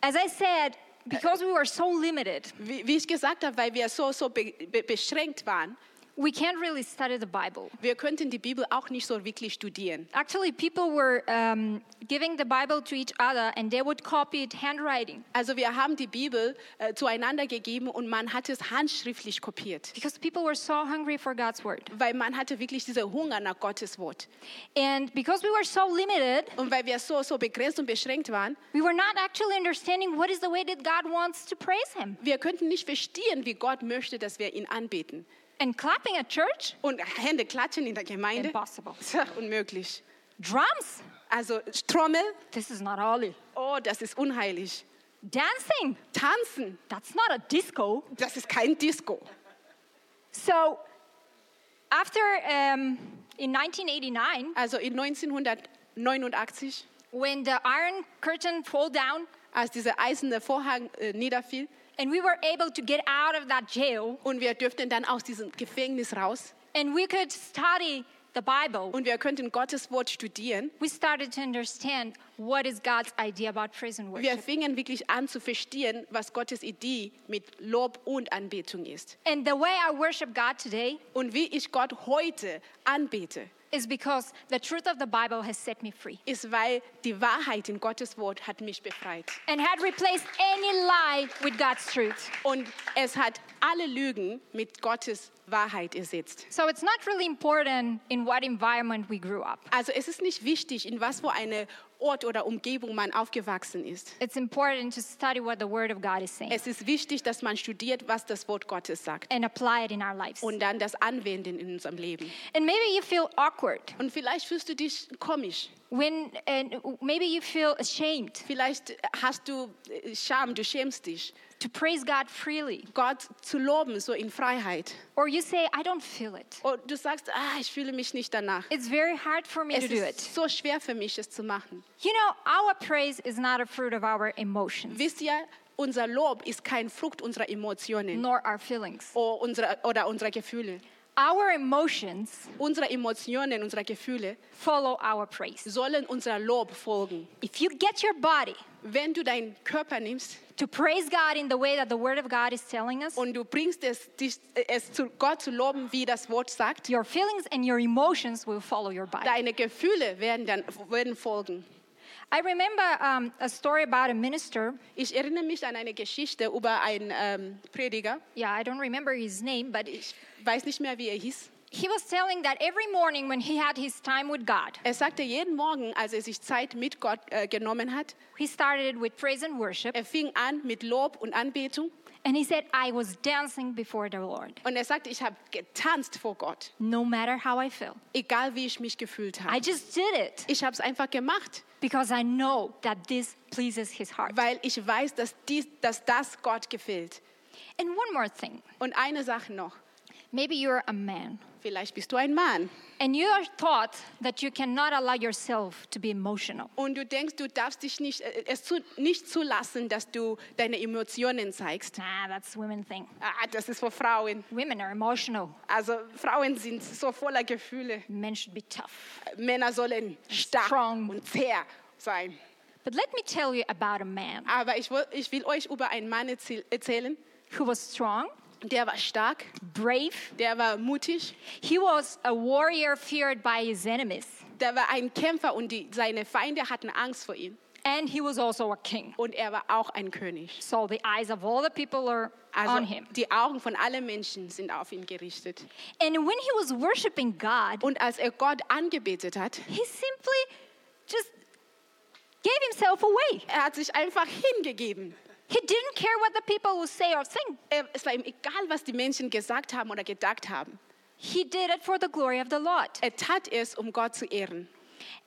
as I said, because we were so limited, Wie, wie ich gesagt habe, weil wir so, so be, be, beschränkt waren, we can't really study the Bible. wir könnten die Bibel auch nicht so wirklich studieren. Actually, people were um, giving the Bible to each other and they would copy it handwriting Also wir haben die Bibel äh, zueinander gegeben und man hat es handschriftlich kopiert, because people were so hungry for God's word. weil man hatte wirklich diesen Hunger nach Gottes Wort. And because we were so limited, Und weil wir so, so begrenzt und beschränkt waren, we were not actually understanding what is the way that God wants to praise Him. wir könnten nicht verstehen, wie Gott möchte, dass wir ihn anbeten. And clapping at church? Und Hände klatschen in der Gemeinde? Impossible. Tja, Unmöglich. Drums? Also Trommel, This is not holy. oh, das ist unheilig. Dancing? Tanzen, That's not a disco. das ist kein Disco. So, after um, in 1989, Also in 1989, when the Iron Curtain fell down als dieser eiserne Vorhang äh, niederfiel and we were able to get out of that jail und wir dürften dann aus diesem Gefängnis raus and we could study the Bible, und wir könnten Gottes Wort studieren, we started to understand what is God's idea about praise and wir worship. fingen wirklich an zu verstehen, was Gottes Idee mit Lob und Anbetung ist. And the way I worship God today Und wie ich Gott heute anbete, is because the truth of the Bible has set me free ist, weil die Wahrheit in Gottes Wort hat mich befreit. and had replaced any lie with God's truth. Und es hat alle Lügen mit Gottes Wahrheit ersetzt. So it's not really important in what environment we grew up. Also es ist nicht wichtig, in was für eine Ort oder Umgebung man aufgewachsen ist. It's important to study what the Word of God is saying Es ist wichtig, dass man studiert, was das Wort Gottes sagt and apply it in our lives. und dann das anwenden in unserem Leben. And maybe you feel awkward Und vielleicht fühlst du dich komisch. when, and maybe you feel ashamed Vielleicht hast du äh, Scham, du schämst dich, to praise God freely, Gott zu loben, so in Freiheit. or you say, I don't feel it. Und du sagst, ah, ich fühle mich nicht danach. It's very hard for me Es to do it. ist so schwer für mich, es zu machen. You know, our praise is not a fruit of our emotions Wisst ihr, unser Lob ist kein Frucht unserer Emotionen. nor our feelings. o- unserer, oder unserer Gefühle. Our emotions Unsere Emotionen, unsere Gefühle follow our praise. sollen unser Lob folgen. If you get your body Wenn du deinen Körper nimmst to praise God in the way that the Word of God is telling us, und du bringst es, dich, äh, es zu Gott zu loben, wie das Wort sagt, your feelings and your emotions will follow your body. deine Gefühle werden dann werden folgen. I remember um, a story about a minister. Ich erinnere mich an eine Geschichte über einen ähm, Prediger. Yeah, I don't remember his name, but Ich weiß nicht mehr, wie er hieß. he was telling that every morning when he had his time with God, Er sagte, jeden Morgen, als er sich Zeit mit Gott äh, genommen hat, he started with praise and worship. er fing an mit Lob und Anbetung. And he said, I was dancing before the Lord, Und er sagte, ich habe getanzt vor Gott, no matter how I felt. egal wie ich mich gefühlt habe. I just did it Ich habe es einfach gemacht, because I know that this pleases his heart. weil ich weiß, dass, dies, dass das Gott gefällt. And one more thing Und eine Sache noch, maybe you're a man vielleicht bist du ein Mann and you are taught that you cannot allow yourself to be emotional. und du denkst, du darfst dich nicht, äh, es zu, nicht zulassen, dass du deine Emotionen zeigst. Nah, that's women thing. Ah, das ist für Frauen. Women are emotional. Also Frauen sind so voller Gefühle. Men should be tough. Männer sollen stark Strong. und zäh sein. But let me tell you about a man Aber ich, wo- ich will euch über einen Mann erzähl- erzählen, who was strong, der war stark, brave. der war mutig, He was a warrior feared by his enemies, der war ein Kämpfer und die, seine Feinde hatten Angst vor ihm. and he was also a king. Und er war auch ein König. So the eyes of all the people are on Also him. die Augen von allen Menschen sind auf ihn gerichtet. And when he was worshiping God, Und als er Gott angebetet hat, he simply just gave himself away. er hat sich einfach hingegeben. He didn't care what the people would say or think. Er- Es war ihm egal, was die Menschen gesagt haben oder gedacht haben. He did it for the glory of the Lord. Er tat es, um Gott zu ehren.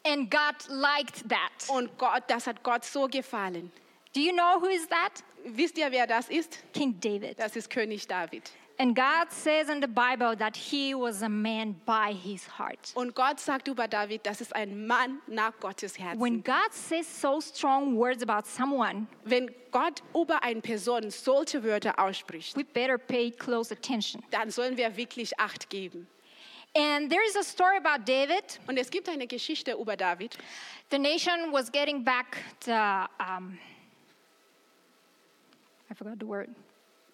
And God liked that. Und Gott, das hat Gott so gefallen. Do you know who is that? Wisst ihr, wer das ist? King David. Das ist König David. And God says in the Bible that he was a man by his heart. Und Gott sagt über David, das ist ein Mann nach Gottes Herzen. When God says so strong words about someone, Wenn Gott über eine Person solche Wörter ausspricht, we better pay close attention. dann sollen wir wirklich Acht geben. And there is a story about David. Und es gibt eine Geschichte über David. The nation was getting back the, um, I forgot the word.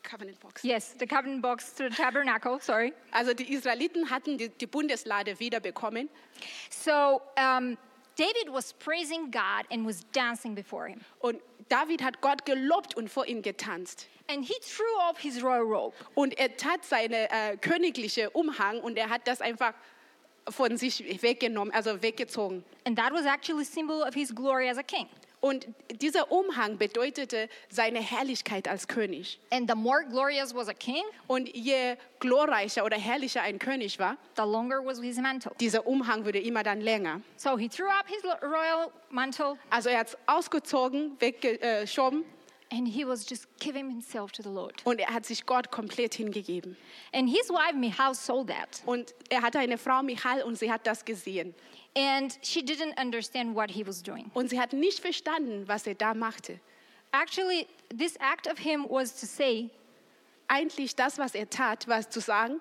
Covenant Box. Yes, the covenant box to the tabernacle, sorry. Also die Israeliten hatten die, die Bundeslade wiederbekommen So um, David was praising God and was dancing before him. und David hat Gott gelobt und vor ihm getanzt. And he threw off his royal robe. Und er tat seine äh, königliche Umhang und er hat das einfach von sich weggenommen, also weggezogen. And that was actually symbol of his glory as a king. Und dieser Umhang bedeutete seine Herrlichkeit als König. And the more glorious was a king, Und je glorreicher oder herrlicher ein König war, the longer was his mantle. dieser Umhang wurde immer dann länger. So he threw up his lo- royal mantle Also er hat es ausgezogen, weggeschoben and he was just giving himself to the Lord. und er hat sich Gott komplett hingegeben. And his wife Michal saw that. Und er hatte eine Frau, Michal, und sie hat das gesehen. And she didn't understand what he was doing. Und sie hat nicht verstanden, was er da machte. Actually, this act of him was to say, Eigentlich das, was er tat, war zu sagen,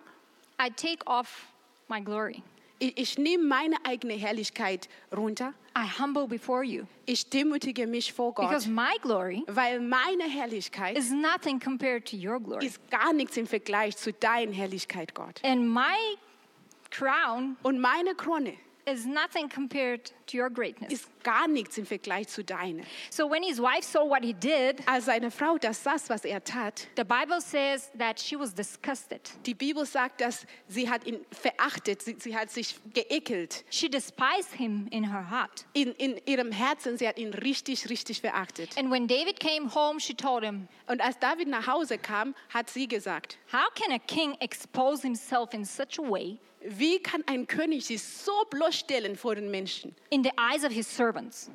I take off my glory. ich, ich nehme meine eigene Herrlichkeit runter, I humble before you. ich demütige mich vor Because Gott, my glory weil meine Herrlichkeit is nothing compared to your glory. ist gar nichts im Vergleich zu deiner Herrlichkeit, Gott. And my crown Und meine Krone is nothing compared to your greatness. ist gar nichts im Vergleich zu deiner. So when his wife saw what he did, Als seine Frau das sah, was er tat, the Bible says that she was disgusted. die Bibel sagt, dass sie hat ihn verachtet, sie, sie hat sich geekelt. She despised him in her heart. in, in ihrem Herzen, sie hat ihn richtig, richtig verachtet. And when David came home, she told him, Und als David nach Hause kam, hat sie gesagt, How can a king expose himself in such a way wie kann ein König sich so bloßstellen vor den Menschen, in the eyes of his servants?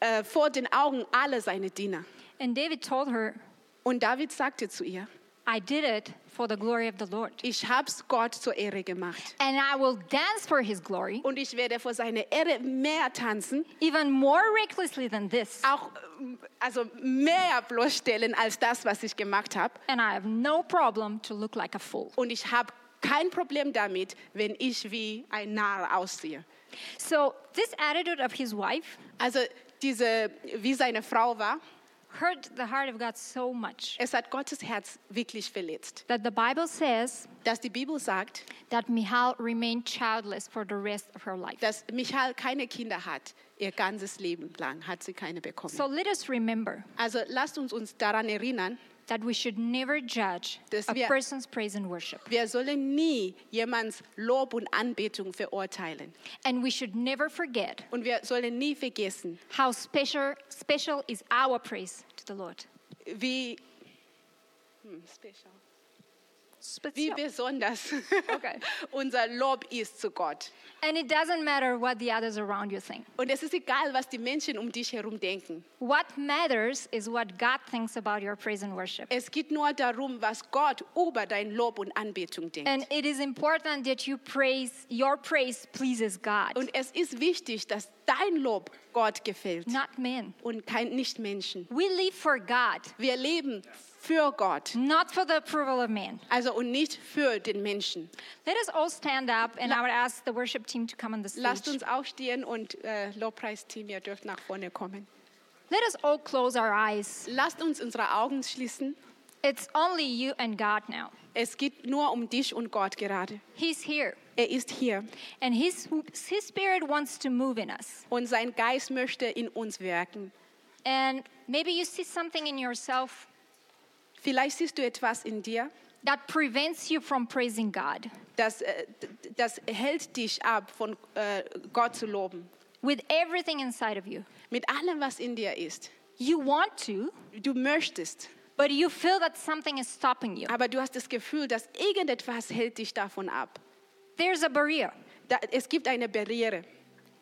äh, vor den Augen aller seiner Diener? And David told her, Und David sagte zu ihr, I did it for the glory of the Lord. ich hab's Gott zur Ehre gemacht. And I will dance for his glory Und ich werde vor seiner Ehre mehr tanzen, even more recklessly than this. auch ähm, also mehr bloßstellen als das, was ich gemacht habe. And I have no problem to look like a fool. Und ich habe kein Problem damit, wenn ich wie ein Narr aussehe. So, this attitude of his wife Also diese, wie seine Frau war, hurt the heart of God so much Es hat Gottes Herz wirklich verletzt, that the Bible says dass die Bibel sagt, that Michal remained childless for the rest of her life. dass Michael keine Kinder hat. Ihr ganzes Leben lang hat sie keine bekommen. So, let us remember also lasst uns uns daran erinnern, that we should never judge Dass a wir- person's praise and worship. wir sollen nie jemands Lob und Anbetung verurteilen. And we should never forget Und wir sollen nie vergessen, how special, special is our praise to the Lord. wie, hm, wie Special. besonders Okay. unser Lob ist zu Gott. And it doesn't matter what the others around you think. Und es ist egal, was die Menschen um dich herum denken. What matters is what God thinks about your praise and worship. Es geht nur darum, was Gott über dein Lob und Anbetung denkt. And it is important that you praise, your praise pleases God, Und es ist wichtig, dass dein Lob Gott gefällt not men. und kein nicht Menschen. We live for God, Wir leben für Gott, not for the approval of men. also und nicht für den Menschen. Let us all stand up and I would ask the worship team to come on the Lasst stage. uns aufstehen und äh, Lobpreisteam, ihr dürft nach vorne kommen. Let us all close our eyes. Lasst uns unsere Augen schließen. It's only you and God now. Es geht nur um dich und Gott gerade. He's here Er ist hier and his, his spirit wants to move in us. und sein Geist möchte in uns wirken. And maybe you see something in yourself Vielleicht siehst du etwas in dir, that prevents you from praising God. das, äh, d- das hält dich ab, von äh, Gott zu loben. with everything inside of you. Mit allem, was in dir ist. You want to, Du möchtest, but you feel that something is stopping you. aber du hast das Gefühl, dass irgendetwas hält dich davon ab. There's a barrier. Da, es gibt eine Barriere.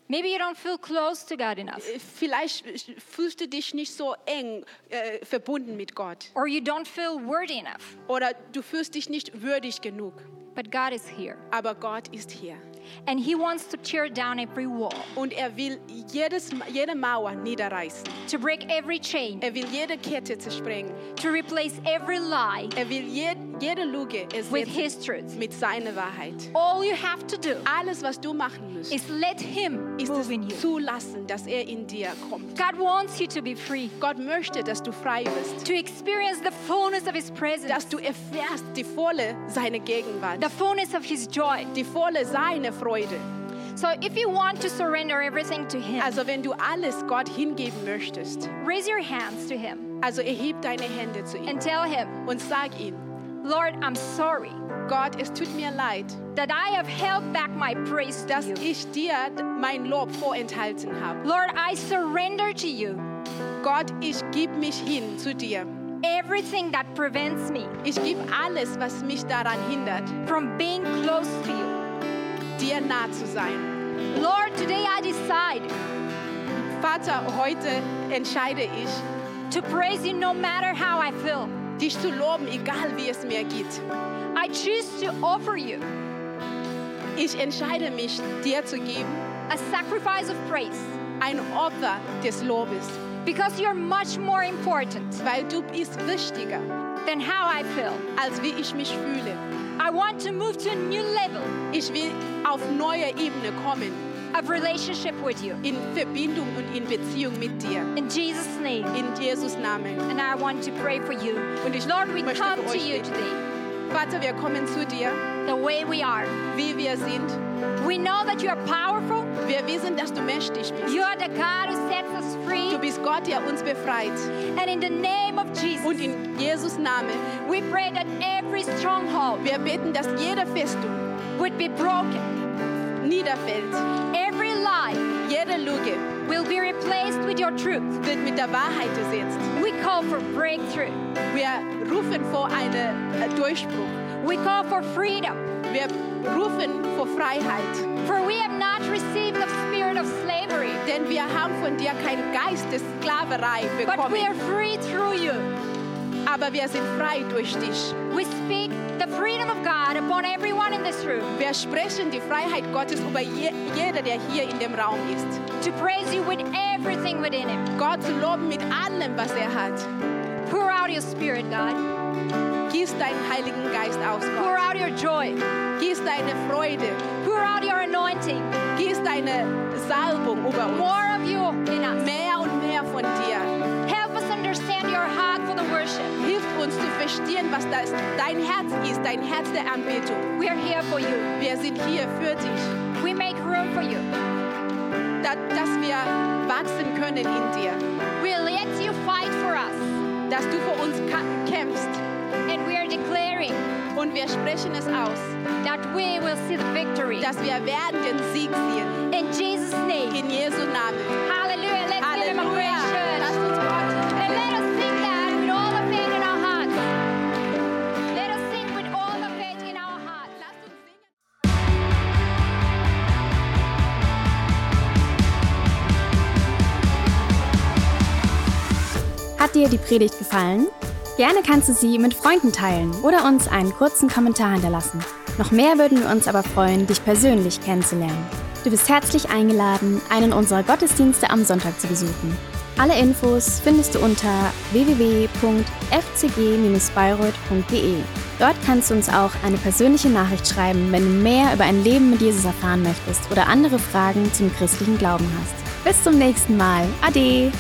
Maybe you don't feel close to God enough, Vielleicht fühlst du dich nicht so eng äh, verbunden mit Gott or you don't feel worthy enough, oder du fühlst dich nicht würdig genug. but God is here. Aber Gott ist hier And He wants to tear down every wall, und er will jedes, jede Mauer niederreißen. to break every chain, Er will jede Kette zersprengen. to replace every lie Er will je, jede Lüge with ersetzen His truth. mit seiner Wahrheit. All you have to do Alles, was du machen musst, is let Him ist move in you. es zulassen, dass er in dir kommt. God wants you to be free, Gott möchte, dass du frei bist, to experience the fullness of His presence, dass du erfährst die volle seine Gegenwart, the fullness of His joy. die volle seine Freude. So if you want to surrender everything to Him, Also wenn du alles Gott hingeben möchtest, raise your hands to Him also erheb deine Hände zu ihm and tell Him, und sag ihm, Lord, I'm sorry Gott, es tut mir leid, that I have held back my praise to dass you. ich dir mein Lob vorenthalten habe. Lord, I surrender to you Gott, ich gebe mich hin zu dir. everything that prevents me Ich gebe alles, was mich daran hindert, from being close to dir nah zu sein. you. Lord, today I decide Vater, heute entscheide ich, to praise you no matter how I feel. dich zu loben, egal wie es mir geht. I choose to offer you Ich entscheide mich, dir zu geben, a sacrifice of praise ein Opfer des Lobes, because you're much more important weil du bist wichtiger, than how I feel. als wie ich mich fühle. I want to move to a new level Ich will auf neue Ebene kommen, of relationship with you. in Verbindung und in Beziehung mit dir. In Jesus' name. In Jesus Namen. And I want to pray for you. Und ich Lord, we möchte come to für euch you beten. today Vater, wir kommen zu dir, the way we are. wie wir sind. We know that you are powerful. Wir wissen, dass du mächtig bist. You are the God who sets us free. Du bist Gott, der uns befreit. And in the name of Und Jesus, in Jesus Namen, we pray that every stronghold wir beten, dass jede Festung would be broken. niederfällt. Every lie Jede Lüge will be replaced with your truth. wird mit der Wahrheit ersetzt. We call for breakthrough. Wir rufen vor einen äh, Durchbruch. We call for freedom. Wir rufen vor Freiheit. For we have not received the spirit of slavery, Denn wir haben von dir keinen Geist der Sklaverei but we are bekommen. free through you. Aber wir sind frei durch dich. We speak the freedom of God upon everyone in this room Wir sprechen die Freiheit Gottes über je, jeder, der hier in dem Raum ist. to praise you with everything within Him. Gott zu loben mit allem, was er hat. Pour out your spirit, God. Gieß deinen Heiligen Geist aus, Pour Gott. out your joy. Gieß deine Freude. Pour out your anointing. Gieß deine Salbung über uns. More of you in us. Mehr und mehr von dir. Help us understand your heart for the worship. Hilf uns zu verstehen, was das, dein Herz ist, dein Herz der Anbetung. We are here for you. Wir sind hier für dich, We make room for you. da, dass wir wachsen können in dir, We let you fight for us. dass du für uns ka- kämpfst. And we are declaring Und wir sprechen es aus, that we will see the victory. dass wir werden den Sieg sehen. In Jesus' name. In Jesu Namen. Hallelujah. Let's give him a Halleluja. great church. Lass uns Gott And let us sing that with all the faith in our hearts. Let us sing with all the faith in our hearts. Lasst uns singen. Hat dir die Predigt gefallen? Gerne kannst du sie mit Freunden teilen oder uns einen kurzen Kommentar hinterlassen. Noch mehr würden wir uns aber freuen, dich persönlich kennenzulernen. Du bist herzlich eingeladen, einen unserer Gottesdienste am Sonntag zu besuchen. Alle Infos findest du unter www.fcg-bayreuth.de. e. Dort kannst du uns auch eine persönliche Nachricht schreiben, wenn du mehr über ein Leben mit Jesus erfahren möchtest oder andere Fragen zum christlichen Glauben hast. Bis zum nächsten Mal. Ade!